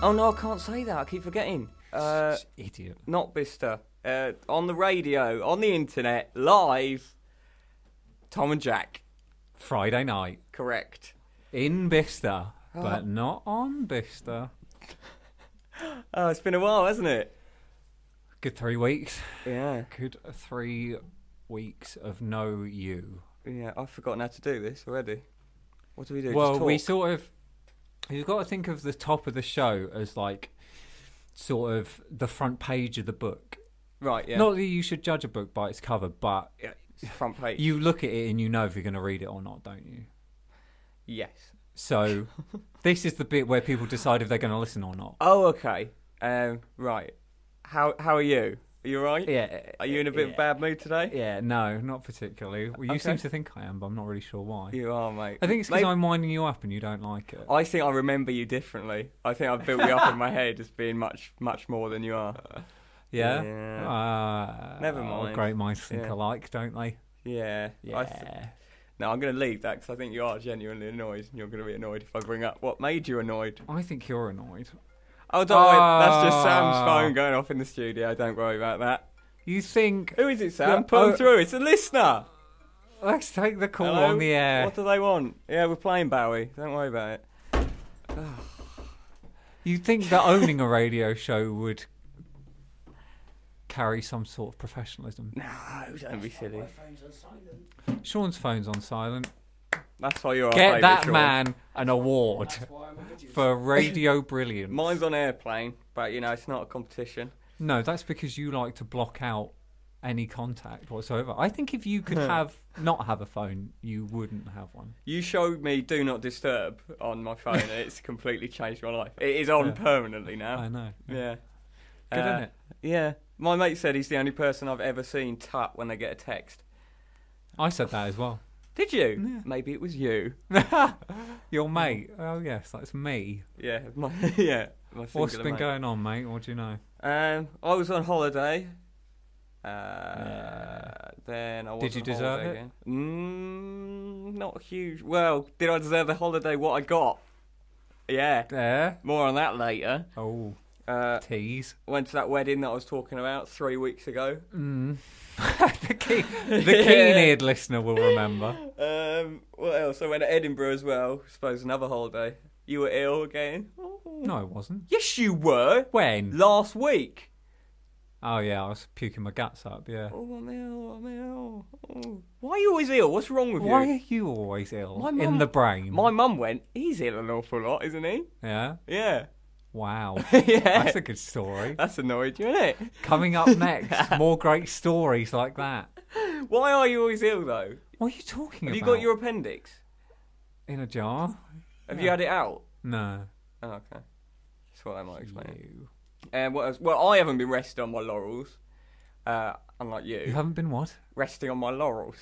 Oh no, I can't say that. I keep forgetting. Uh, Idiot. not Bister. Uh, on the radio, on the internet, live. Tom and Jack. Friday night Correct. in Ah. Bicester, but not on Bicester. Oh, it's been a while, hasn't it? Good three weeks. Yeah. Good three weeks of no you. Yeah, I've forgotten how to do this already. What do we do? well, Just we talk? sort of you've got to think of the top of the show as like sort of the front page of the book. right, yeah. Not that you should judge a book by its cover, but Yeah, it's front page. you look at it and you know if you're going to read it or not, don't you? Yes. So this is the bit where people decide if they're going to listen or not. Oh, okay. Um, right. How How are you? Are you all right? Yeah. Are you in a bit of a bad mood today? Yeah, no, not particularly. Well, you Okay. seem to think I am, but I'm not really sure why. You are, mate. I think it's because Maybe- I'm winding you up and you don't like it. I think I remember you differently. I think I've built you up in my head as being much, much more than you are. yeah? Yeah. Uh, Never oh, mind. great minds think Yeah. alike, don't they? Yeah. Yeah. I th- no, I'm going to leave that because I think you are genuinely annoyed and you're going to be annoyed if I bring up what made you annoyed. I think you're annoyed. Oh, don't worry. That's just Sam's Ah. phone going off in the studio. Don't worry about that. You think. Who is it, Sam? Yeah, Put 'em oh. through. It's a listener. Let's take the call Hello? on the air. What do they want? Yeah, we're playing Bowie. Don't worry about it. You'd think that owning a radio show would carry some sort of professionalism. No, don't be silly. Sean's phone's on silent. That's why you're our Get favourite, that Sean. man an award for radio brilliance. Mine's on airplane, but you know it's not a competition. No, that's because you like to block out any contact whatsoever. I think if you could Hmm. have not have a phone, you wouldn't have one. You showed me "Do Not Disturb" on my phone, and it's completely changed my life. It is on permanently now. I know. Oh. Yeah, Good, Uh, isn't it? Yeah, my mate said he's the only person I've ever seen tut when they get a text. I said that as well. Did you? Maybe it was you. hmm. Your mate. Oh yes, that's me. Yeah, my, yeah. My What's singular been mate. going on, mate? What do you know? Um, I was on holiday. Uh, Yeah. Then I was Did you on deserve holiday it? again. Mm, not huge. Well, did I deserve the holiday? What I got? Yeah. There. More on that later. Oh, Uh, tease. went to that wedding that I was talking about three weeks ago. Mm. the key, the keen-eared listener will remember. Um, what else? I went to Edinburgh as well. I suppose another holiday. You were ill again. No, it wasn't. Yes, you were. When? Last week. Oh yeah, I was puking my guts up. Yeah. Oh, I'm ill. I'm ill. Oh. Why are you always ill? What's wrong with Why you? are you always ill? My In mum- the brain. My mum went, he's ill an awful lot, isn't he? yeah. Yeah. Wow. yeah. That's a good story. That's annoyed you, isn't it? Coming up next, more great stories like that. Why are you always ill, though? What are you talking Have about? you got your appendix? in a jar? Have you had it out? No. Oh, okay. That's what I might explain. You. And Uh, what else? Well, I haven't been resting on my laurels, uh, unlike You you. haven't been what? Resting on my laurels.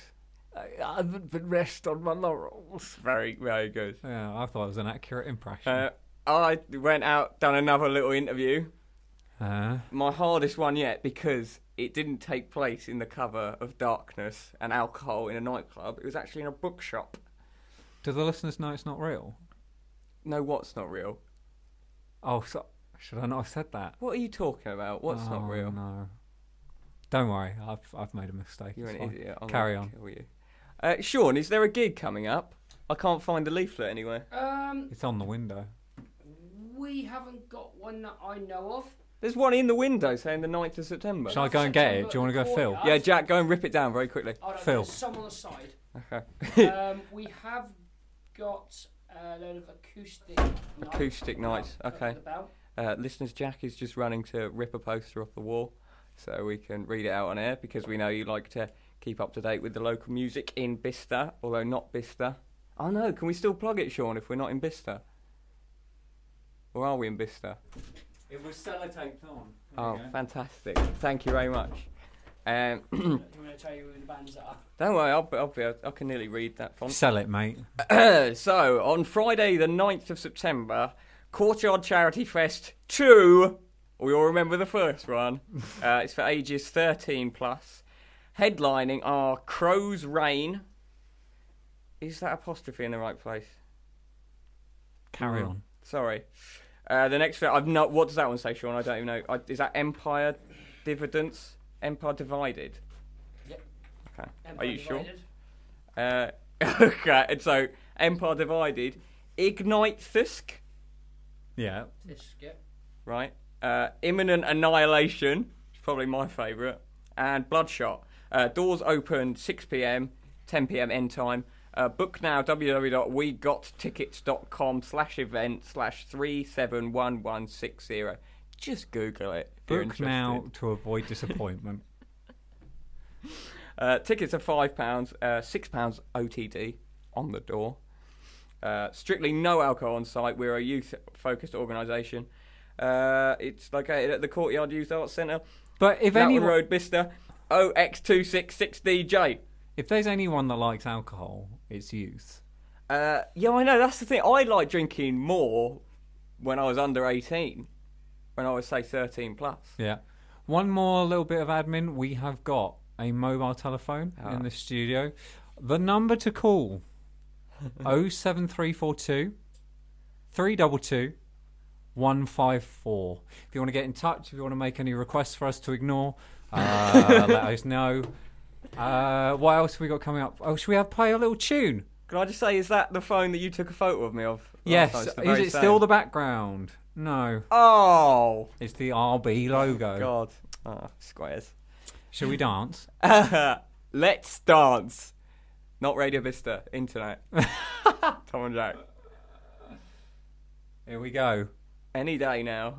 I haven't been rest on my laurels. Very, very good. Yeah, I thought it was an accurate impression. Uh, Uh, I went out, done another little interview. Uh, My hardest one yet because it didn't take place in the cover of Darkness and Alcohol in a nightclub. It was actually in a bookshop. do the listeners know it's not real? No, what's not real? Oh, so, should I not have said that? What are you talking about? What's Oh, not real? No. Don't worry, I've I've made a mistake. You're it's an fine. idiot. I'm Carry gonna on. Kill you. Uh, Sean, is there a gig coming up? I can't find the leaflet anywhere. Um, It's on the window. we haven't got one that I know of. There's one in the window saying the 9th of September. Shall I go and get it? Do you want to go, Phil? September. Yeah, Jack, go and rip it down very quickly. Oh, no, Phil. There's some on the side. Okay. Um, we have got a load of acoustic. nights Acoustic at the nights, Bell- okay. at the Bell. Uh, listeners, Jack is just running to rip a poster off the wall so we can read it out on air because we know you like to keep up to date with the local music in Bicester, although not Bicester. Oh no, can we still plug it, Sean, if we're not in Bicester? Or are we in Bicester? It was sellotaped on. Oh, fantastic. Thank you very much. Um, Do you want to tell you who the bands are? don't worry, I'll, be- I'll be, I can nearly read that font. Sell it, mate. so, on Friday, the 9th of September, Courtyard Charity Fest 2. We all remember the first one. Uh, it's for ages 13 plus. Headlining are Crow's Rain. Is that apostrophe in the right place? Carry Mm. on. Sorry. Uh, the next, I've not. What does that one say, Sean? I don't even know. I, is that Empire Dividends? Empire Divided. Yep. Okay. Are Empire you sure? Divided. Uh, okay. And so Empire Divided, Ignite Thusk, Yeah. This, yep. right? Uh, Imminent Annihilation, which is probably my favourite, and Bloodshot. Uh, doors open 6 p.m., 10 p.m. end time. Uh, book now www.wegottickets.com slash event slash 371160. Just Google it. If you're Book interested. now to avoid disappointment. Uh, tickets are five pounds, uh, six pounds OTD on the door. Uh, strictly no alcohol on site. We're a youth-focused organisation. Uh, it's located at the Courtyard Youth Arts Centre, But if Mountain anyone, Road, Bicester, OX266DJ. if there's anyone that likes alcohol, it's youth. Uh, yeah, I know. That's the thing. I like drinking more when I was under eighteen, when I was say thirteen plus. Yeah. One more little bit of admin. We have got a mobile telephone Ah. in the studio. The number to call 07342 322 154. If you want to get in touch, if you want to make any requests for us to ignore, uh, let us know. Uh, what else have we got coming up? Oh, should we have play a little tune? Can I just say, is that the phone that you took a photo of me of? last yes. time? It's the Is very it still same. the background? No. Oh It's the RB logo. God, Ah, squares. Shall we dance? Let's dance. Not Radio Vista, internet. Tom and Jack. Here we go. Any day now.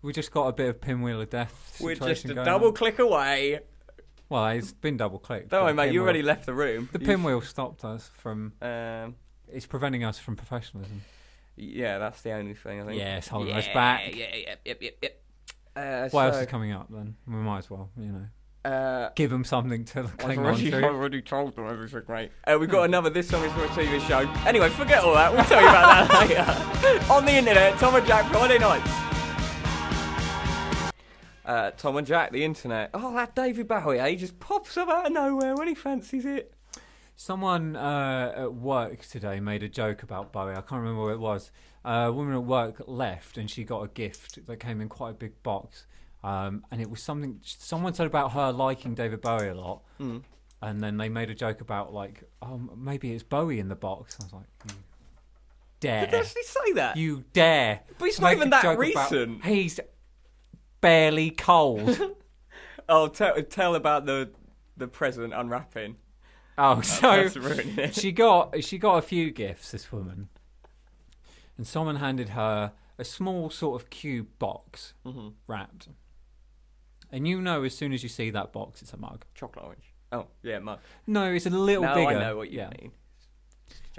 We just got a bit of pinwheel of death. We're just situation a going double on. click away. Well, it's been double clicked. Don't but worry, the mate. You pinwheel- already left the room. The You- pinwheel stopped us from. Um, It's preventing us from professionalism. yeah, that's the only thing I think. Yes, holding yeah, us back. Yeah, yeah, yep, yep, yep. Uh, What so, else is coming up then? We might as well, you know, Uh, give them something to I've cling on already, I've to. already told them everything, mate. Uh, we've got another This Song Is For a TV show. Anyway, forget all that. We'll tell you about that later. On the internet, Tom and Jack Friday nights. Uh, Tom and Jack, the internet. Oh, that David Bowie, eh? He just pops up out of nowhere when he fancies it. Someone uh, at work today made a joke about Bowie. I can't remember what it was. a woman at work left, and she got a gift that came in quite a big box, um, and it was something. Someone said about her liking David Bowie a lot, Mm. and then they made a joke about like, oh, m- maybe it's Bowie in the box. I was like, you Did dare they actually say that? you dare? But it's not make even a that joke about- recent. he's barely cold. Oh, tell, tell about the the present unwrapping. oh, so That's ruining it. she got she got a few gifts. This woman, and someone handed her a small sort of cube box Mhm. wrapped. And you know, as soon as you see that box, it's a mug. Chocolate orange. Oh, yeah, mug. No, it's a little Now bigger. I know what you Yeah. mean.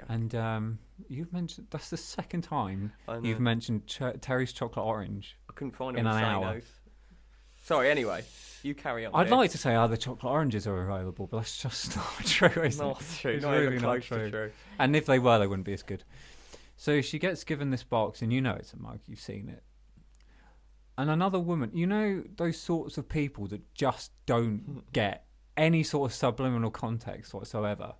And um, you've mentioned that's the second time I know. you've mentioned Ch- Terry's chocolate orange. I couldn't find In him in an hour. Sino's. Sorry, anyway, you carry on. I'd Nick. like to say other chocolate oranges are available, but that's just not true. Is Not it? true. It's not really even not close true. to true. And if they were, they wouldn't be as good. So she gets given this box, and you know it's a mug. You've seen it. And another woman, you know those sorts of people that just don't get any sort of subliminal context whatsoever.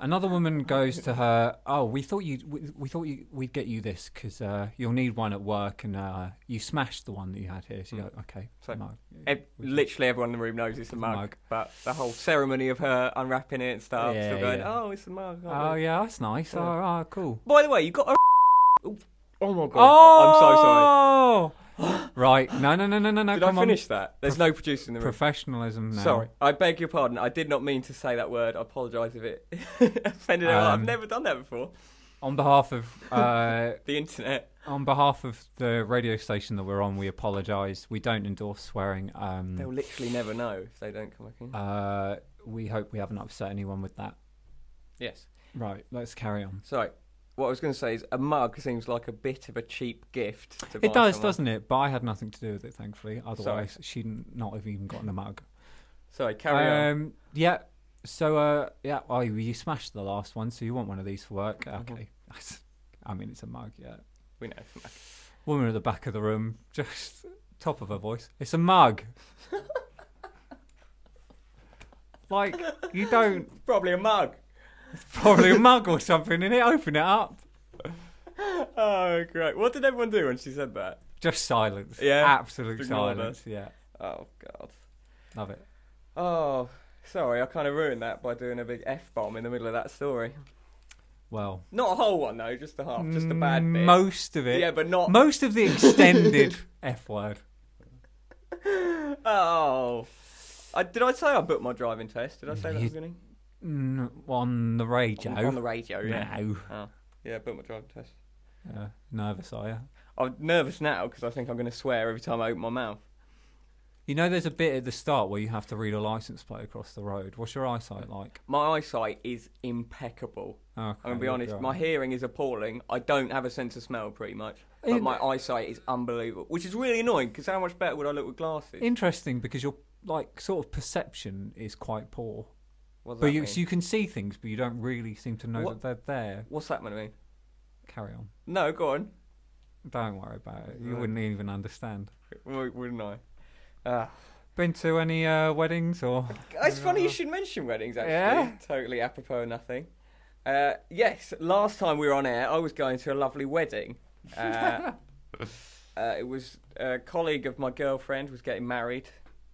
Another woman goes to her. Oh, we thought you. We, we thought you, we'd get you this because uh, you'll need one at work, and uh, you smashed the one that you had here. So you Mm. go, okay, So- mug. Ev- literally everyone in the room knows it's a mug, Mug. but the whole ceremony of her unwrapping it and stuff, Yeah, still going, yeah. oh, it's a mug. oh, yeah." Oh yeah, that's nice. Yeah. Oh, oh, cool. By the way, you got a. Oh oh my god! Oh, I'm so sorry. right. No, no, no, no, no, no. I'm so sorry. Did come I finish that? There's no producer in the on. room. Professionalism now. Sorry, I beg your pardon. I did not mean to say that word. I apologise if it offended anyone. I've Um, never done that before. On behalf of uh, The internet. on behalf of the radio station that we're on, we apologise. We don't endorse swearing. They'll Um, literally never know if they don't come back in. uh, we hope we haven't upset anyone with that. yes. Right. Let's carry on. So, what I was going to say is a mug seems like a bit of a cheap gift. To buy It does, someone. doesn't it? But I had nothing to do with it, thankfully. Otherwise, she'd not have even gotten a mug. Sorry, carry on. um, Yeah. So, uh, yeah. Oh, you smashed the last one, so you want one of these for work? Mhm. Okay. I mean, it's a mug. Yeah. We know. it's a mug. Woman at the back of the room, just top of her voice. It's a mug. like you don't Probably a mug. it's probably a mug or something in it. Open it up. Oh, great. What did everyone do when she said that? Just silence. Yeah, Absolute just ignore silence. Yeah. Oh, God. Love it. Oh, sorry, I kind of ruined that by doing a big F bomb in the middle of that story. Well, mm, Not a whole one, though, just a half, just a bad bit. Most of it. yeah, but not. Most of the extended F word. oh. I, did I say I booked my driving test? Did I say that at the You- beginning? Mm, on the radio. On, on the radio, yeah. No. Oh, yeah, booked my driving test. Uh, nervous are you? I'm nervous now because I think I'm going to swear every time I open my mouth. You know, there's a bit at the start where you have to read a license plate across the road. What's your eyesight like? My eyesight is impeccable. Okay, I'm going to be you're honest, right. my hearing is appalling. I don't have a sense of smell pretty much. But In- my eyesight is unbelievable, which is really annoying because how much better would I look with glasses? interesting because your like sort of perception is quite poor. What does But that you mean? so you can see things, but you don't really seem to know What- that they're there. What's that going to mean? Carry on. No, go on. Don't worry about it. You Right. wouldn't even understand. W- Wouldn't I? Ah. Been to any uh, weddings or? It's funny you should mention weddings, actually. Yeah? Totally apropos of nothing. Uh, yes, last time we were on air, I was going to a lovely wedding. Uh, uh, it was a colleague of my girlfriend was getting married,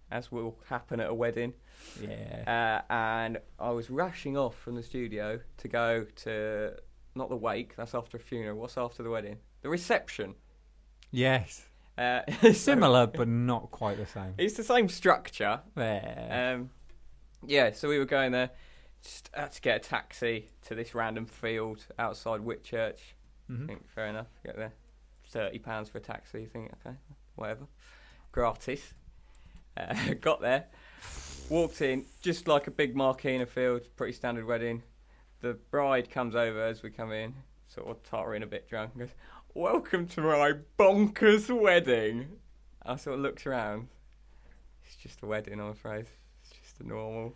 as will happen at a wedding. Yeah. Uh, and I was rushing off from the studio to go to, not the wake, that's after a funeral. What's after the wedding? The reception. Yes. Uh, Similar, but not quite the same. It's the same structure, There. Um, yeah, so we were going there, just had to get a taxi to this random field outside Whitchurch. I Mhm. think fair enough. Get there, thirty pounds for a taxi. You think okay, whatever, gratis. Uh, got there, walked in, just like a big marquee in a field, pretty standard wedding. The bride comes over as we come in, sort of tottering a bit drunk, and goes, "Welcome to my bonkers wedding." I sort of looked around. It's just a wedding, I'm afraid. It's just a normal,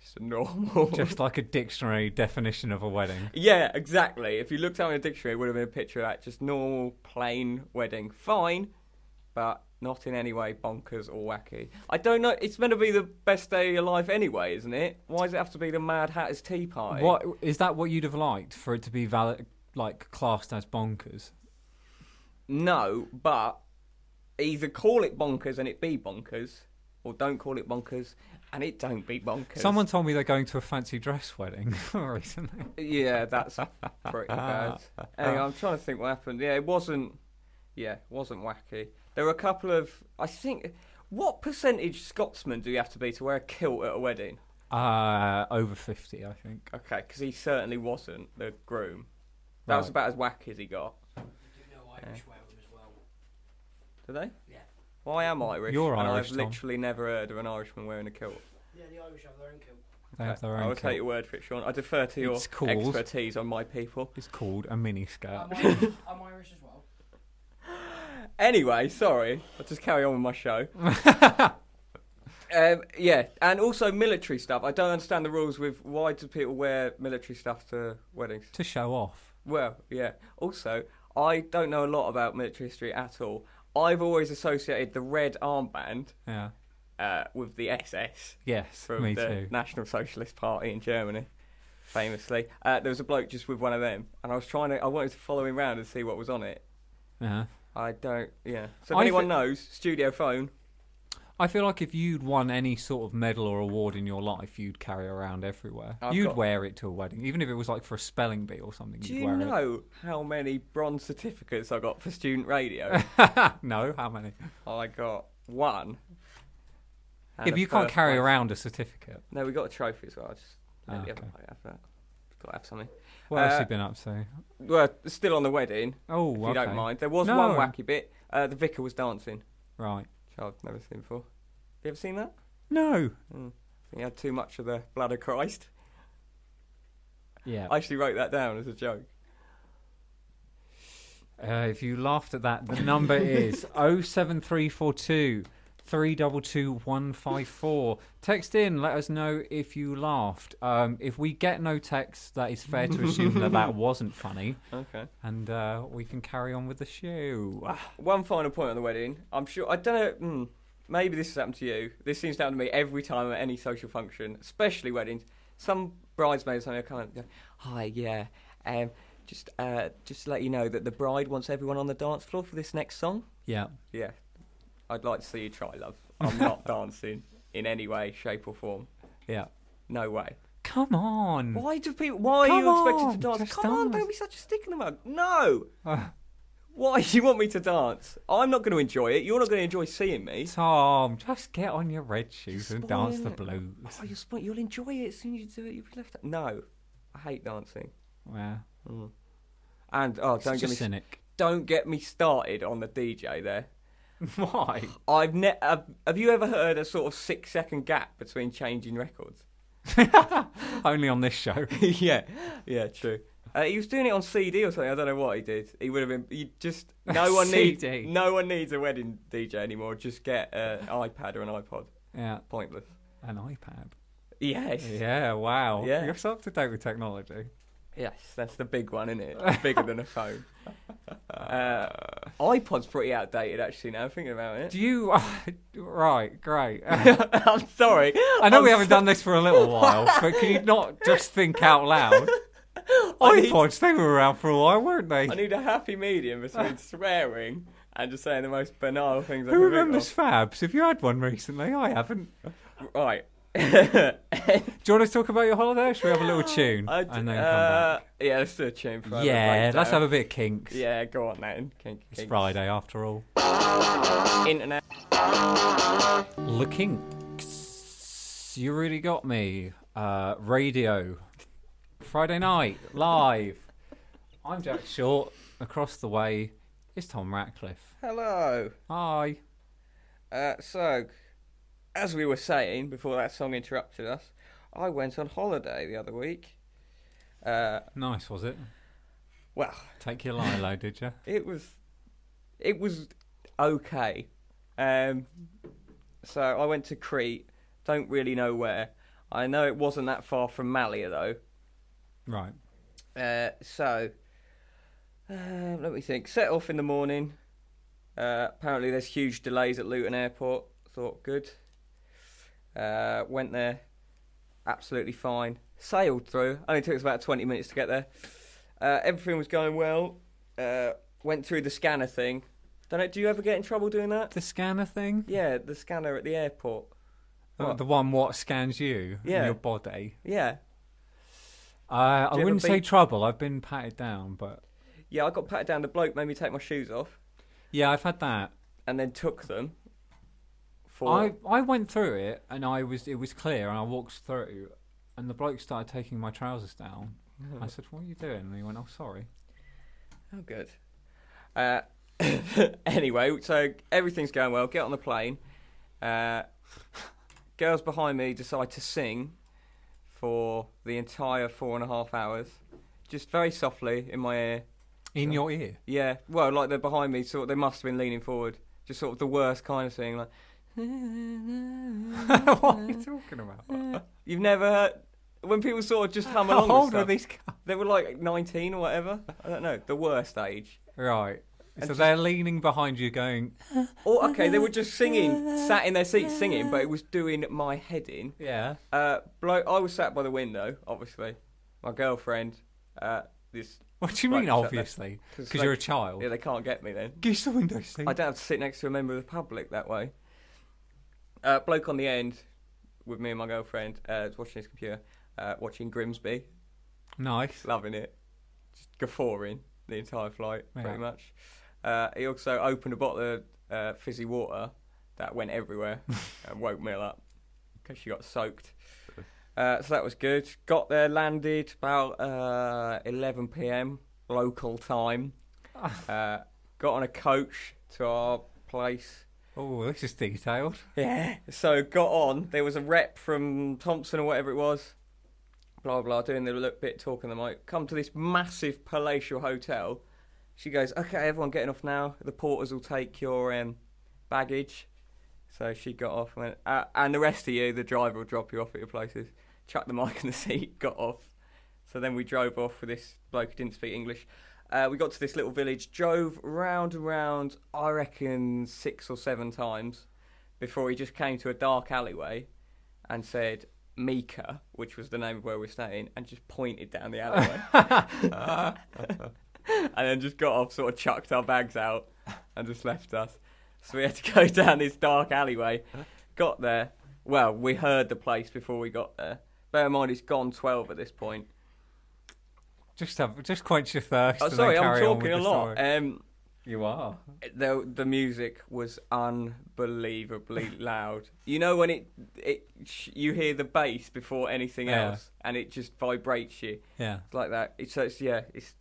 just a normal. Just like a dictionary definition of a wedding. Yeah, exactly. If you looked up in a dictionary, it would have been a picture of that just normal, plain wedding. Fine, but not in any way bonkers or wacky. I don't know. It's meant to be the best day of your life anyway, isn't it? Why does it have to be the Mad Hatter's Tea Party? What is that? What you'd have liked for it to be valid, like classed as bonkers? No, but either call it bonkers and it be bonkers, or don't call it bonkers and it don't be bonkers. Someone told me they're going to a fancy dress wedding recently. Yeah, that's pretty bad. Anyway, I'm trying to think what happened. Yeah, it wasn't. Yeah, it wasn't wacky. There were a couple of. I think. What percentage Scotsman do you have to be to wear a kilt at a wedding? Uh, over fifty, I think. Okay, because he certainly wasn't the groom. That was Right. about as wacky as he got. You do know Irish wear them as well. Did they? Yeah. Well, I am Irish. You're and Irish, I've Tom. literally never heard of an Irishman wearing a kilt. Yeah, the Irish have their own kilt. They have their I own. will take kilt. your word for it, Sean. I defer to your It's called- expertise on my people. It's called a mini skirt. I'm Irish, I'm Irish as well. Anyway, sorry. I'll just carry on with my show. um, yeah, and also military stuff. I don't understand the rules with why do people wear military stuff to weddings? to show off. Well, yeah. Also, I don't know a lot about military history at all. I've always associated the red armband Yeah. uh, with the SS Yes. from me the too. National Socialist Party in Germany, famously. Uh, there was a bloke just with one of them, and I was trying to, I wanted to follow him round and see what was on it. Yeah. I don't, yeah. So if I anyone thi- knows, studio phone, I feel like if you'd won any sort of medal or award in your life, you'd carry around everywhere. I've you'd got- wear it to a wedding, even if it was like for a spelling bee or something. Do you'd you wear know how many bronze certificates I got for student radio? it. no, how many? I got one. And if a you can't first carry place- around a certificate, No, we got a trophy as well. I just Ah, yeah, okay. I have that. Got to have something. what else Uh, have you been up to? Well, still on the wedding, Oh, if okay. you don't mind. There was No. one wacky bit. Uh, the vicar was dancing, Right. which I've never seen before. Have you ever seen that? No. Mm. I think he had too much of the blood of Christ. Yeah. I actually wrote that down as a joke. Uh, if you laughed at that, the number is 07342 322154. Text in, let us know if you laughed. Um, if we get no text, that is fair to assume that that wasn't funny, Okay. and uh, we can carry on with the show. One final point on the wedding. I'm sure. I don't know. Mm, maybe this has happened to you. This seems to happen to me every time at any social function, especially weddings. Some bridesmaids, I know, come up and go, "Hi, yeah, um, Just, uh, just to let you know that the bride wants everyone on the dance floor for this next song. Yeah. Yeah, I'd like to see you try, love. I'm not dancing in any way, shape, or form. Yeah. No way. Come on. Why do people? Why Come are you expected to on, dance? just Come Mm. on, dance. don't be such a stick in the mud. No. Ah. Why do you want me to dance? I'm not going to enjoy it. You're not going to enjoy seeing me. Tom, just get on your red shoes and dance the Spoiling blues. Oh, you'll spoil. You'll enjoy it as soon as you do it. You'll be left. Out. No, I hate dancing. Yeah. Mm. And oh, don't Such a get me cynic. don't get me started on the DJ there. Why? I've ne- have, have you ever heard a sort of six second gap between changing records? Only on this show. yeah, yeah, true. Uh, he was doing it on CD or something. I don't know what he did. He would have been. You just no one needs CD. no one needs a wedding DJ anymore. Just get an iPad or an iPod. Yeah. Pointless. An iPad. Yes, Yeah. Wow. Yeah. You're so up to date with technology. yes, that's the big one, isn't it? It's bigger than a phone. Uh, iPod's pretty outdated actually. Now thinking about it. Do you? right. Great. I'm sorry. I know I'm we haven't so- done this for a little while, but can you not just think out loud? I need- iPods, they were around for a while, weren't they? I need a happy medium between swearing and just saying the most banal things. I Who can remembers Think Fabs? Have you had one recently? I haven't. of. Right. I Do you want to talk about your holiday? Or should we have a little tune d- and then uh, Yeah, let's do a tune come for back? Yeah, let's have a. a bit of kinks. Yeah, go on then. Kink, It's kinks. Friday after all. Internet. The kinks. You really got me. Uh, radio. Friday night, live. I'm Jack Short. Across the way is Tom Ratcliffe. Hello. Hi. Uh, so, as we were saying before that song interrupted us, I went on holiday the other week. Uh, Nice, was it? well, Take your Lilo, did you? it was it was okay um so i went to crete don't really know where i know it wasn't that far from malia though Right. uh so uh, let me think set off in the morning uh apparently there's huge delays at luton airport thought good uh went there absolutely fine sailed through only took us about 20 minutes to get there uh everything was going well uh went through the scanner thing don't know do you ever get in trouble doing that The scanner thing? Yeah, the scanner at the airport. Uh, What? The one what scans you and Yeah. your body. Yeah. Do Uh, I you ever wouldn't say beat- trouble. I've been patted down, but Yeah, I got patted down. The bloke made me take my shoes off yeah, I've had that. and then took them for. I, I went through it and I was it was clear and I walked through and the bloke started taking my trousers down. I said, "What are you doing?" And he went, "Oh, sorry." Oh, good. Uh, anyway, so everything's going well. Get on the plane. Uh, girls behind me decide to sing for the entire four and a half hours, just very softly in my ear. In So- your ear. Yeah, well, like they're behind me, so they must have been leaning forward. Just sort of the worst kind of singing, like. what are you talking about? You've never heard when people sort of just hum How along. with old stuff, were these guys? They were like 19 or whatever. I don't know. The worst age. Right. And So just- they're leaning behind you, going, Or okay, they were just singing, sat in their seats singing, but it was doing my head in. "Yeah, Uh, bloke, I was sat by the window, obviously. My girlfriend. Uh, this what do you Right, mean? shut that. Obviously, because because you're a child." yeah, they can't get me then. Give us the window seat. I don't have to sit next to a member of the public that way. Uh, bloke on the end with me and my girlfriend uh, was watching his computer, uh, watching Grimsby. Nice. loving it, just guffawing the entire flight, Yeah. pretty much. Uh, he also opened a bottle of uh, fizzy water that went everywhere and woke Mill up because she got soaked. Uh, so that was good. Got there, landed about uh, 11 p.m. local time. Uh, got on a coach to our place. Oh, this is detailed. Yeah. So got on. There was a rep from Thompson or whatever it was. Blah blah, doing the look bit, talking the mic. Come to this massive palatial hotel. She goes, "Okay, everyone, getting off now. The porters will take your um, baggage." So she got off and went, uh, and the rest of you, the driver will drop you off at your places. Chucked the mic in the seat, got off. So then we drove off with this bloke who didn't speak English. Uh, we got to this little village, drove round and round, I reckon six or seven times before he just came to a dark alleyway and said Mika, which was the name of where we're staying, and just pointed down the alleyway. then just got off, sort of chucked our bags out, and just left us. So we had to go down this dark alleyway. Got there. Well, we heard the place before we got there. Bear in mind, it's gone 12 at this point. Just have, just quench your thirst. Oh, and then sorry, I'm carry on talking a with the lot. story. Um, you are. the the music was unbelievably loud. You know when it it sh- you hear the bass before anything Yeah. else, and it just vibrates you Yeah. It's like that. It's, so it's yeah, it's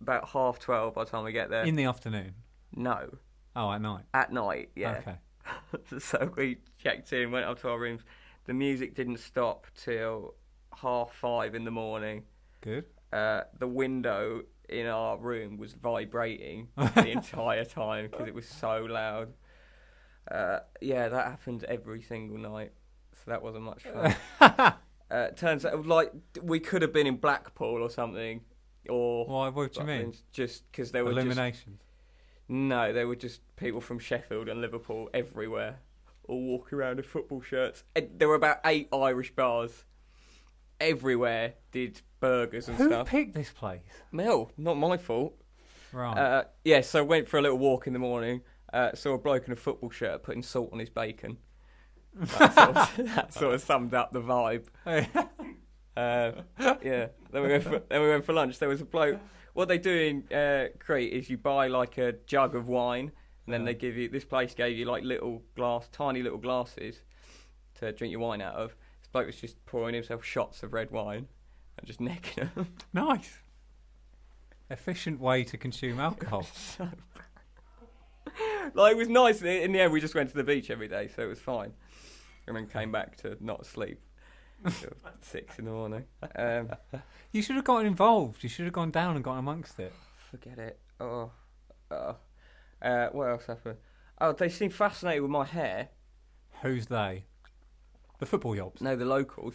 about half twelve by the time we get there. In the afternoon. no, Oh, at night. at night. Yeah. Okay. so we checked in, went up to our rooms. The music didn't stop till half five in the morning. Good. Uh, the window in our room was vibrating the entire time because it was so loud. Uh, yeah, that happened every single night, so that wasn't much fun. uh, turns out, like, we could have been in Blackpool or something, or Why? What do you mean? Butlins, Just because there were just Illuminations. no, they were just people from Sheffield and Liverpool everywhere, all walking around in football shirts. And There were about eight Irish bars everywhere. Did burgers and Who stuff. picked this place? Mel, Oh, not my fault. Right. Uh, yeah, so went for a little walk in the morning. Uh, saw a bloke in a football shirt putting salt on his bacon. That sort of, that sort of summed up the vibe. Uh, yeah. Then we went for then we went for lunch. There was a bloke. What they do in uh, Crete is you buy like a jug of wine, and then Yeah. they give you this place gave you like little glass, tiny little glasses to drink your wine out of. This bloke was just pouring himself shots of red wine and just necking them. nice. Efficient way to consume alcohol. like it was nice. In in the end, we just went to the beach every day, so it was fine. And then came back to not sleep till six in the morning. Um, You should have gotten involved. You should have gone down and got amongst it. forget it. Oh, oh. Uh, what else happened? Oh, they seemed fascinated with my hair. Who's they? The football yobs. No, the locals.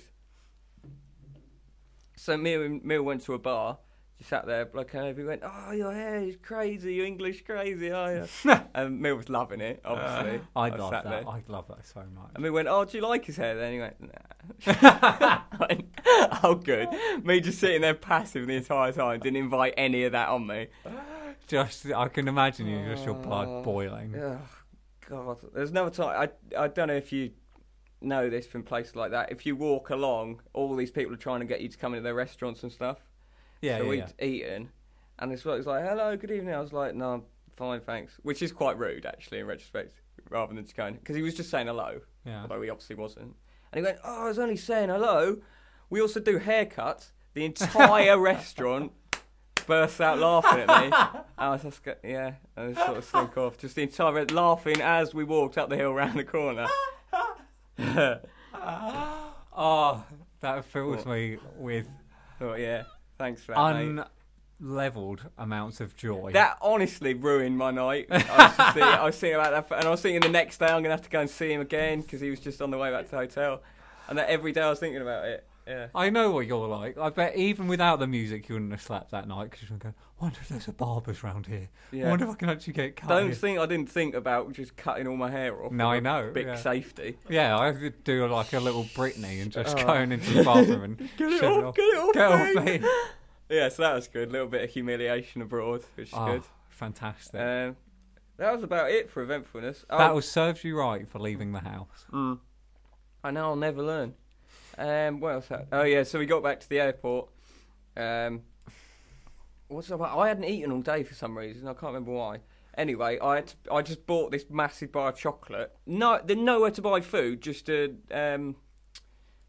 So me and Mill went to a bar. She sat there, bloke came over. He went, "Oh, your hair is crazy. You English crazy, are you?" and Mill was loving it, obviously. I'd Uh, I love sat that. there. I'd love that so much. And we went, Oh, do you like his hair? Then he went, Nah. Went, oh, good. Me just sitting there passive the entire time, didn't invite any of that on me. Just, I can imagine you, just your Oh. blood boiling. Oh, God. There's another time, I, I don't know if you know this from places like that. If you walk along, all these people are trying to get you to come into their restaurants and stuff. Yeah, so yeah, we'd yeah. eaten, and this bloke was like, "Hello, good evening." I was like, "No, I'm fine, thanks," which is quite rude actually in retrospect, rather than just going because he was just saying hello, Yeah. although he obviously wasn't. And he went, "Oh, I was only saying hello." We also do haircuts. The entire restaurant bursts out laughing at me. I was just, go- yeah, I just sort of slink off. Just the entire re- laughing as we walked up the hill round the corner. Oh, that fills me with Oh yeah, thanks for that. mate. unleveled amounts of joy. That honestly ruined my night. I was, just thinking, I was thinking about that, for, and I was thinking the next day I'm gonna have to go and see him again because he was just on the way back to the hotel, and that every day I was thinking about it. Yeah. I know what you're like. I bet even without the music, you wouldn't have slept that night because you were going, wonder if there's a barber's round here. Yeah. wonder if I can actually get cut. Don't here." think I didn't think about just cutting all my hair off. No, with I a know, Big yeah. safety. Yeah, I could do like a little Britney and Oh. just going into the bathroom and Get it shove off, get it off, Get mate. off me. Yeah, so that was good. A little bit of humiliation abroad, which is Oh, good. Fantastic. Um, that was about it for eventfulness. Oh, that was serves you right for leaving the house. I know I'll never learn. Um, what else? hap- Oh yeah, so we got back to the airport. Um, what's up? I hadn't eaten all day for some reason. I can't remember why. Anyway, I had to, I just bought this massive bar of chocolate. No, there's nowhere to buy food. Just a um,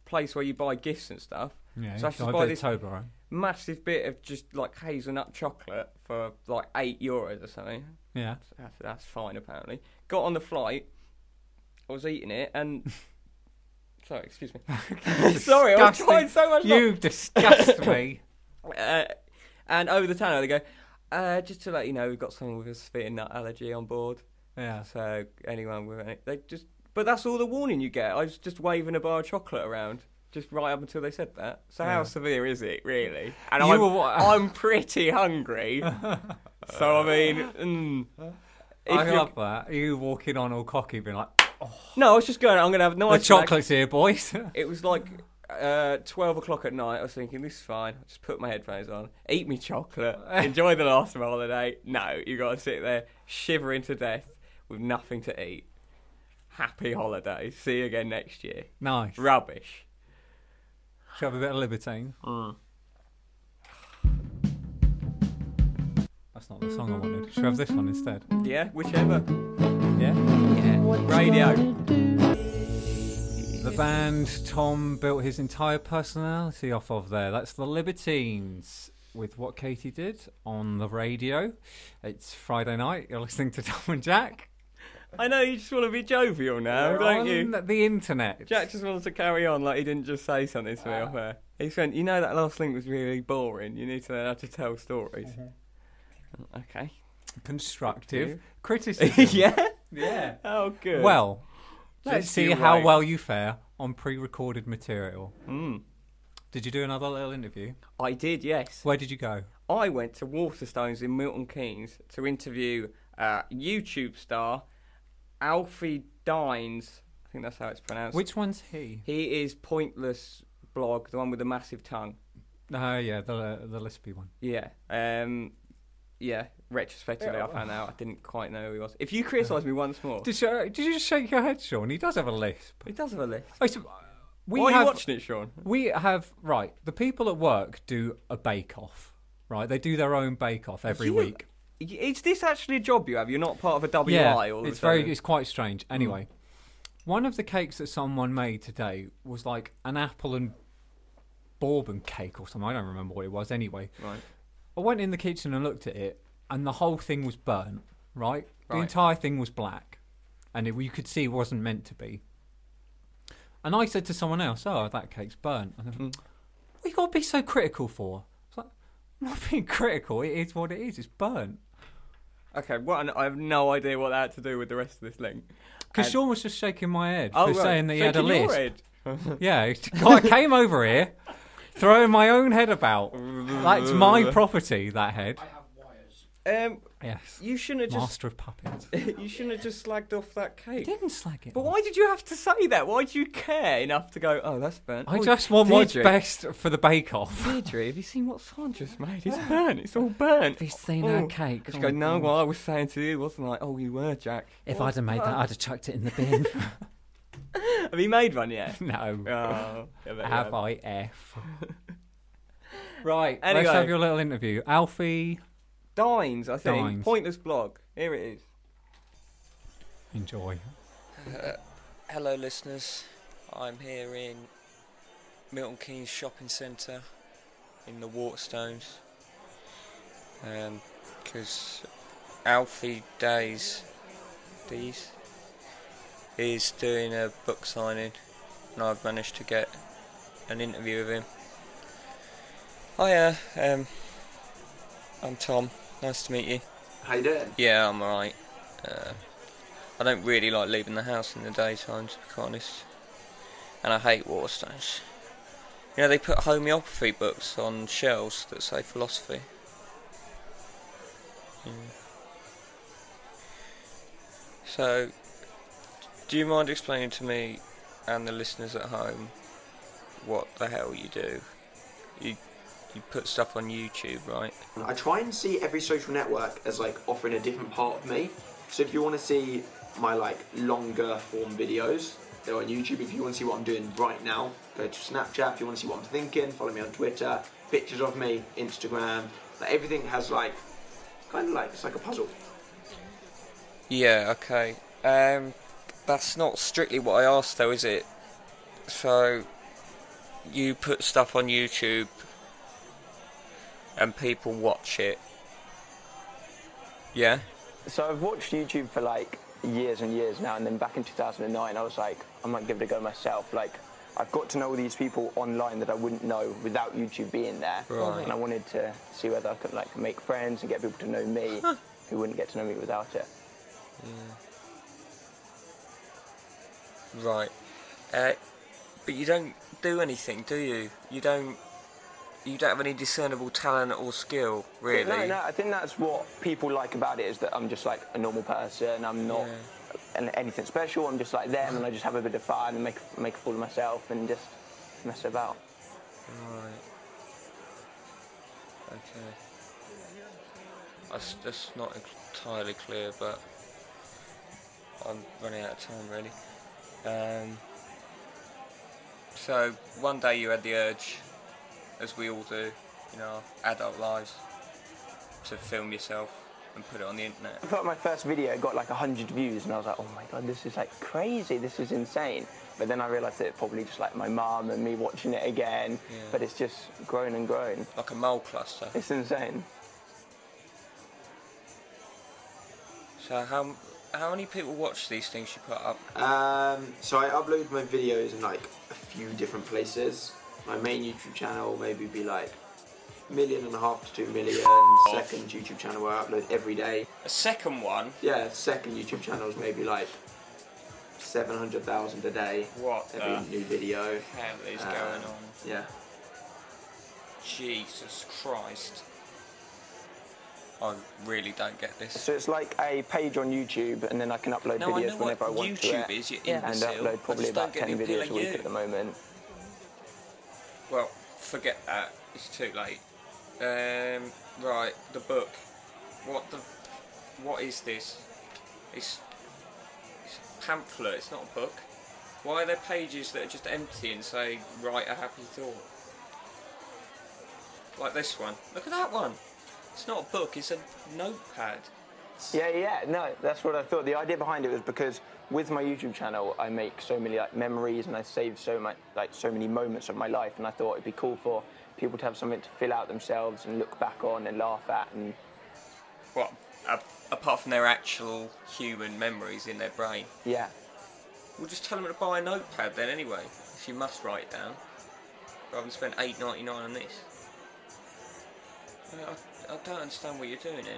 place where you buy gifts and stuff. Yeah, So I so should I buy bit this- of Toblerone. Massive bit of just like hazelnut chocolate for like eight euros or something. Yeah. That's, that's fine, apparently. Got on the flight. I was eating it, and sorry, excuse me. sorry, I was Disgusting. trying so much. You disgust me. not- Uh, and over the tanner, they go. Uh, just to let you know, we've got someone with a spit and nut allergy on board. Yeah. So anyone with any, they just. But that's all the warning you get. I was just waving a bar of chocolate around, just right up until they said that. So how Yeah. severe is it, really? And You I'm, were what- I'm pretty hungry. so I mean, mm, if I you're- love that. You walking on all cocky, being like, No, I was just going. I'm gonna have a "The nice snack." chocolate's here, boys." It was like uh, 12 o'clock at night, I was thinking, this is fine. I just put my headphones on, eat me chocolate, enjoy the last of my holiday. No, you got to sit there shivering to death with nothing to eat. Happy holidays. See you again next year. Nice. Should Rubbish. have a bit of libertine. Mm. That's not the song I wanted. Should we have this one instead? Yeah, whichever. Yeah. Yeah. Radio. The band Tom built his entire personality off of there. That's the Libertines with what Katie did on the radio. It's Friday night. You're listening to Tom and Jack. I know you just want to be jovial now, We're don't on you? The internet. Jack just wanted to carry on like he didn't just say something to me off air. He went, you know that last link was really boring. You need to learn how to tell stories. Okay. constructive Yeah. criticism. yeah. Yeah. Oh, good. Well, Let's let's see do how right. well you fare on pre-recorded material. Mm. Did you do another little interview? I did, yes. Where did you go? I went to Waterstones in Milton Keynes to interview uh, YouTube star Alfie Dines. I think that's how it's pronounced. Which one's he? He is Pointless blog, the one with the massive tongue. Oh yeah, the the lispy one. Yeah. Um, yeah. Retrospectively, I found out I didn't quite know who he was. If you criticise me once more, Did you, uh, did you just shake your head, Sean? He does have a lisp. it does have a list. I sup- We Why are have you watching it, Sean? we have right. The people at work do a bake off. Right, they do their own bake off every You- week. Y- Is this actually a job you have? You're not part of a WI yeah, all the it's time. very it's quite strange. Mm. Anyway, one of the cakes that someone made today was like an apple and bourbon cake or something. I don't remember what it was. Anyway, Right. I went in the kitchen and looked at it, and the whole thing was burnt. Right, the Right. entire thing was black, and it, you could see it wasn't meant to be. And I said to someone else, "Oh, that cake's burnt." And they Mm. went, what you got to be so critical for? It's like, I'm not being critical. It is what it is. It's burnt. Okay. What? an- I have no idea what that had to do with the rest of this link. Because And- Oh, Sean was just shaking my head for right. saying that he had a Shaking your list. head. Yeah, it's- I came over here throwing my own head about. That's my property, that head. I have wires. Um, Yes. you shouldn't have Master of puppets. just. you shouldn't have just slagged off that I cake. didn't slag it. But why did you have to say that? Why do you care enough to go? Oh, that's burnt. I Oh, just want what's Deirdre. best for the bake-off. Deirdre, have you seen what Sandra's made? It's burnt. It's all burnt. Have you seen her cake? Oh, Just go. No, what I was saying to you wasn't I? Oh, you were Jack. If I'd have made that, I'd have chucked it in the bin. Have you made one yet? no. Oh, yeah, but have yeah. I F? right. Anyway. Let's have your little interview. Alfie, Dines, I think. Dines. Pointless blog. Here it is. enjoy. Hello, listeners. I'm here in Milton Keynes Shopping Centre in the Waterstones because Alfie Days Days is doing a book signing, and I've managed to get an interview with him. Hiya, um, I'm Tom. Nice to meet you. How you doing? Yeah, I'm alright. Uh, I don't really like leaving the house in the daytime, to be quite honest. And I hate Waterstones. You know, they put homeopathy books on shelves that say philosophy. Yeah. So, do you mind explaining to me and the listeners at home what the hell you do? You, you put stuff on YouTube, right? I try and see every social network as like offering a different part of me. So if you want to see my like longer form videos, they're on YouTube. If you want to see what I'm doing right now, go to Snapchat. If you want to see what I'm thinking, follow me on Twitter. Pictures of me, Instagram. Like everything has like kind of like it's like a puzzle. Yeah, okay. Um, that's not strictly what I asked, though, is it? So, you put stuff on YouTube and people watch it. Yeah? So I've watched YouTube for like years and years now, and then back in 2009, I was like, I might give it a go myself. Like, I've got to know all these people online that I wouldn't know without YouTube being there, Right. and I wanted to see whether I could like make friends and get people to know me who wouldn't get to know me without it. Right. Uh, but you don't do anything, do you? You don't. You don't have any discernible talent or skill, really. No, no, I think that's what people like about it is that I'm just like a normal person. I'm not an anything special. I'm just like them, and I just have a bit of fun and make make a fool of myself and just mess about. Right. Okay. That's that's not entirely clear, but I'm running out of time really. Um, so one day you had the urge, as we all do, in our adult lives, to film yourself and put it on the internet. I thought my first video got like 100 views, and I was like, oh my god, this is like crazy, this is insane. But then I realised that it probably just like my mum and me watching it again, Yeah. but it's just grown and grown. Like a mole cluster. It's insane. So how m- how many people watch these things you put up? Um, so I upload my videos in like a few different places. My main YouTube channel will maybe be like million and a half to two million. Second YouTube channel where I upload every day. A second one. Yeah, second YouTube channel is maybe like seven hundred thousand a day. What Every the new video. hell is Uh, going Um, on? Yeah. Jesus Christ. I really don't get this. So it's like a page on YouTube, and then I can upload No, I videos know what whenever I want YouTube to. it, is, you And imbecile. I upload probably just don't about get the 10 appeal videos of a week you. at the moment. Well, forget that. It's too late. Um, right, the book. What the? What is this? It's, it's a pamphlet. It's not a book. Why are there pages that are just empty and say write a happy thought? Like this one. Look at that one. It's not a book. It's a notepad. Yeah, yeah, no, that's what I thought. The idea behind it was because with my YouTube channel, I make so many like memories and I save so much, like so many moments of my life, and I thought it'd be cool for people to have something to fill out themselves and look back on and laugh at, and What? a- apart from their actual human memories in their brain. yeah, We'll just tell them to buy a notepad then anyway, if you must write it down. Rather than spend eight ninety nine on this. I, mean, I, I don't understand what you're doing here.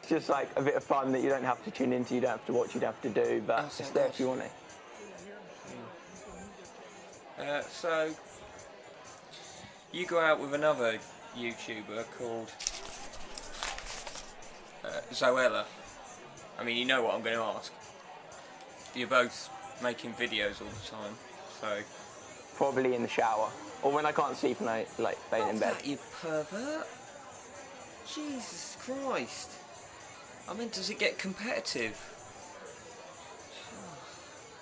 it's just like a bit of fun that you don't have to tune into, you don't have to watch, you don't have to do, but Oh, so it's there nice. if you want it. Uh, so, you go out with another YouTuber called uh, Zoella. I mean, you know what I'm going to ask. You're both making videos all the time, so. Probably in the shower or when I can't sleep and I like faint in bed. that, you pervert! Jesus Christ! I mean, does it get competitive?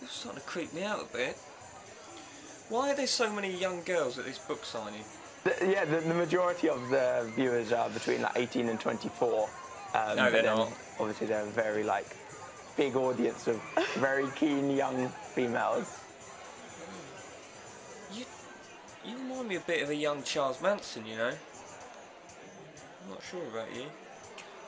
You're starting to creep me out a bit. Why are there so many young girls at this book signing? The, yeah, the, the majority of the viewers are between like 18 and 24. No, Um, but they're then not. Obviously, they're a very like big audience of very keen young females. You, you remind me a bit of a young Charles Manson, you know. I'm not sure about you.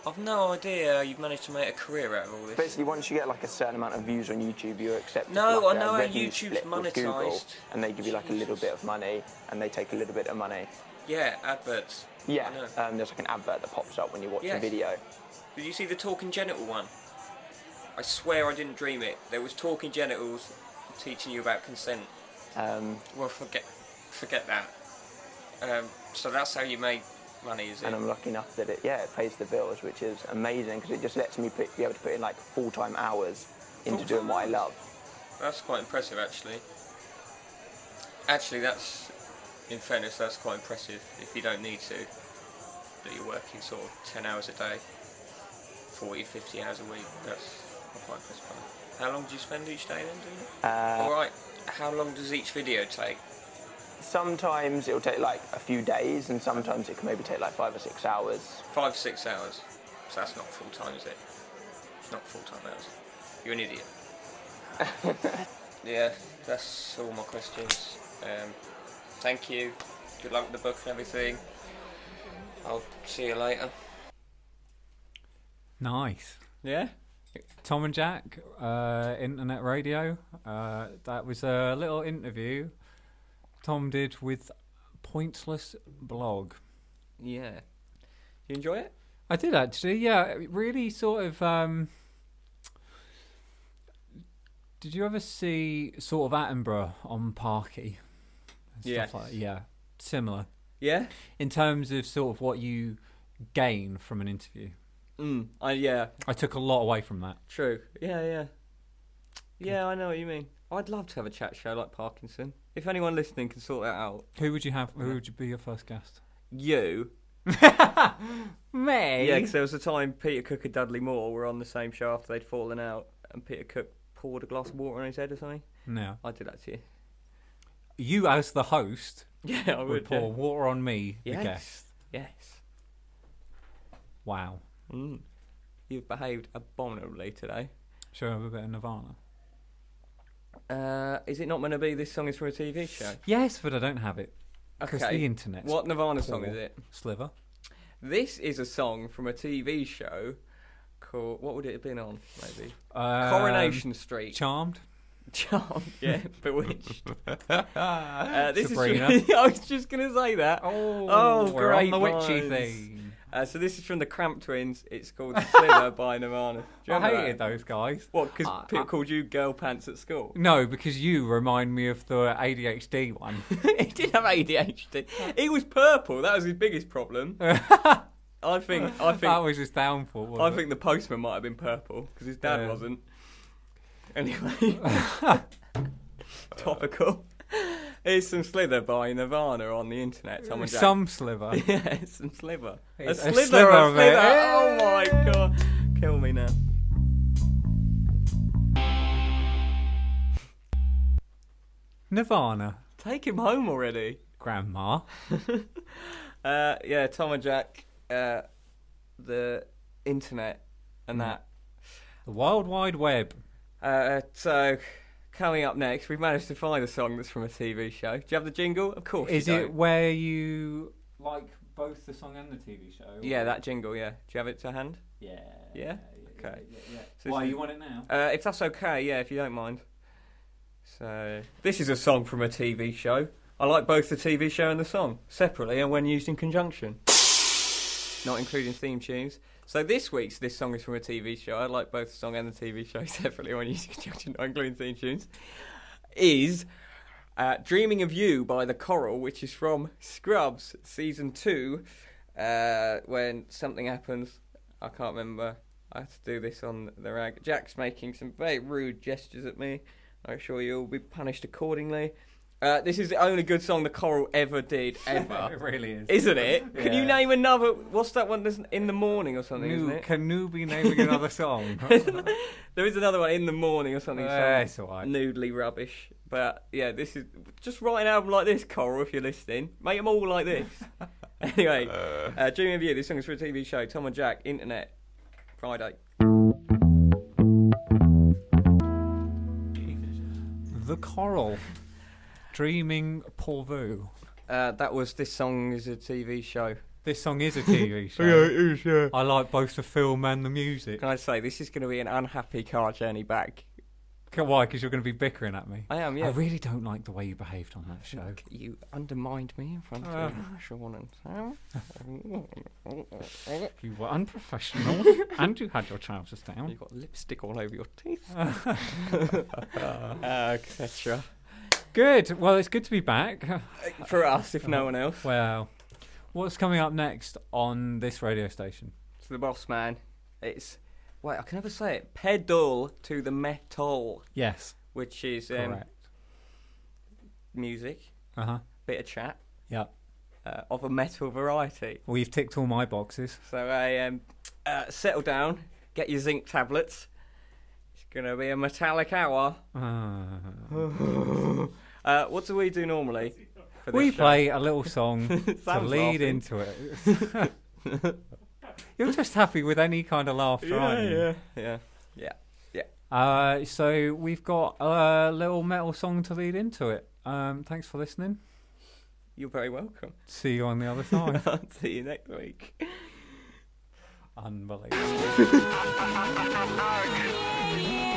I've no idea how you've managed to make a career out of all this. Basically, once you get like a certain amount of views on YouTube, you're accepted. No, to, like, I a know how revenue YouTube's split with Google, monetised. and they give you like a little Jesus. bit of money, and they take a little bit of money. yeah, adverts. Yeah, I know. um, there's like an advert that pops up when you watch a Yes. video. Did you see the talking genital one? I swear I didn't dream it. There was talking genitals teaching you about consent. Um, Well, forget, forget that. Um, so that's how you make money, is it? and I'm lucky enough that it yeah it pays the bills, which is amazing because it just lets me put, be able to put in like full time hours into Full-time doing what I hours? love. That's quite impressive, actually. Actually, that's in fairness, that's quite impressive. If you don't need to, that you're working sort of 10 hours a day, 40, 50 hours a week. That's I'm quite impressed by. that. How long do you spend each day then doing it? Uh, All right. How long does each video take? Sometimes it'll take like a few days, and sometimes it can maybe take like five or six hours. Five, six hours. So that's not full time, is it? It's not full time hours. You're an idiot. yeah, that's all my questions. Um, thank you. Good luck with the book and everything. I'll see you later. Nice. Yeah. Tom and Jack, uh, internet radio. Uh, that was a little interview Tom did with Pointless Blog. Yeah. Do you enjoy it? I did actually, yeah. It Really sort of. Um, did you ever see sort of Attenborough on Parky? And stuff Yes. like that? Yeah. Similar. Yeah. In terms of sort of what you gain from an interview. Mm. I yeah. I took a lot away from that. True. Yeah. Yeah. Yeah. I know what you mean. I'd love to have a chat show like Parkinson. If anyone listening can sort that out, Who would you have? Who would you be your first guest? you. Me. Yeah, because there was a time Peter Cook and Dudley Moore were on the same show after they'd fallen out, and Peter Cook poured a glass of water on his head or something. Now I did that to you. you, as the host, Yeah, I would, would. yeah. pour water on me, Yes. the guest. Yes. Wow. Mm. You've behaved abominably today. Show have a bit of Nirvana. Uh, is it not going to be this song is from a TV show? Yes, but I don't have it because Okay. the internet's What Nirvana song poor. is it? Sliver. This is a song from a TV show called. What would it have been on? Maybe Um, Coronation Street. Charmed. Charm. Yeah, bewitched. uh, this is. Sabrina. From, I was just going to say that. Oh, we're we're on on great the witchy minds. thing. Uh, so this is from the Cramp Twins. It's called Sliver by Nirvana. Do you I remember hated that? Oh, those guys. What? Because I- people I- called you girl pants at school. No, because you remind me of the ADHD one. he did have ADHD. He was purple. That was his biggest problem. I think. I that think. was his downfall. I Wasn't think the postman might have been purple because his dad Yeah. wasn't. Anyway, topical. Here's some slither by Nirvana on the internet. Someone it? jacked- Some sliver. yeah, some sliver. A It's a slither, sliver a slither. of it. Oh my god. Kill me now. Nirvana. Take him home already. Grandma. Uh, yeah, Tom and Jack, uh, the internet, and Mm. that. The Wild Wide Web. Uh, so, coming up next, we've managed to find a song that's from a TV show. Do you have the jingle? Of course. Is you it don't. where you like both the song and the TV show? Yeah, that jingle. Yeah. Do you have it to hand? Yeah. Yeah? Okay. Yeah, yeah, yeah. So Why this- you want it now? Uh, if that's okay, yeah, if you don't mind. So, this is a song from a TV show. I like both the TV show and the song separately and when used in conjunction, not including theme tunes. So, this week's This Song is from a TV show. I like both the song and the TV show separately when used in conjunction, not including theme tunes. Is uh, Dreaming of You by The Coral, which is from Scrubs season two, uh, when something happens. I can't remember. I had to do this on the rag. Jack's making some very rude gestures at me. I'm sure you'll be punished accordingly. Uh, this is the only good song the Coral ever did, it ever. really is. isn't it? Can you Yeah. name another? What's that one that's in the morning or something, New, isn't it? can you be naming another song? there is another one in the morning or something. some Yeah, it's alright. Noodly rubbish. But yeah, this is just write an album like this, Coral. If you're listening, make them all like this. anyway, uh, Dreaming of You. This song is for a TV show. Tom and Jack. Internet. Friday. the Coral. Dreaming Porvu. Uh, that was this song is a TV show. This song is a TV show. is. Yeah. I like both the film and the music. Can I say this is going to be an unhappy car journey back? Why? Why? Because you're going to be bickering at me. I am. Yeah. I really don't like the way you behaved on that show. you undermined me in front of Sean and Sam. You were unprofessional and you had your trousers down. You've got lipstick all over your teeth. Uh, Etc. Good. Well, it's good to be back. For us, if no one else. Well, what's coming up next on this radio station? To the boss man, it's. Wait, I can never say it. Pedal to the metal, Yes, which is um, correct. music, Uh huh. bit of chat, Yeah. uh, of a metal variety. Well, you've ticked all my boxes. So I um, uh, settle down, get your zinc tablets. It's gonna be a metallic hour. Uh, Uh, what do we do normally? For this we show? play a little song to Sam's lead laughing. into it. you're just happy with any kind of laughter, aren't you? Yeah, yeah, yeah. Uh, so we've got a little metal song to lead into it. Um, thanks for listening. You're very welcome. See you on the other side. See you next week. Unbelievable. Arg.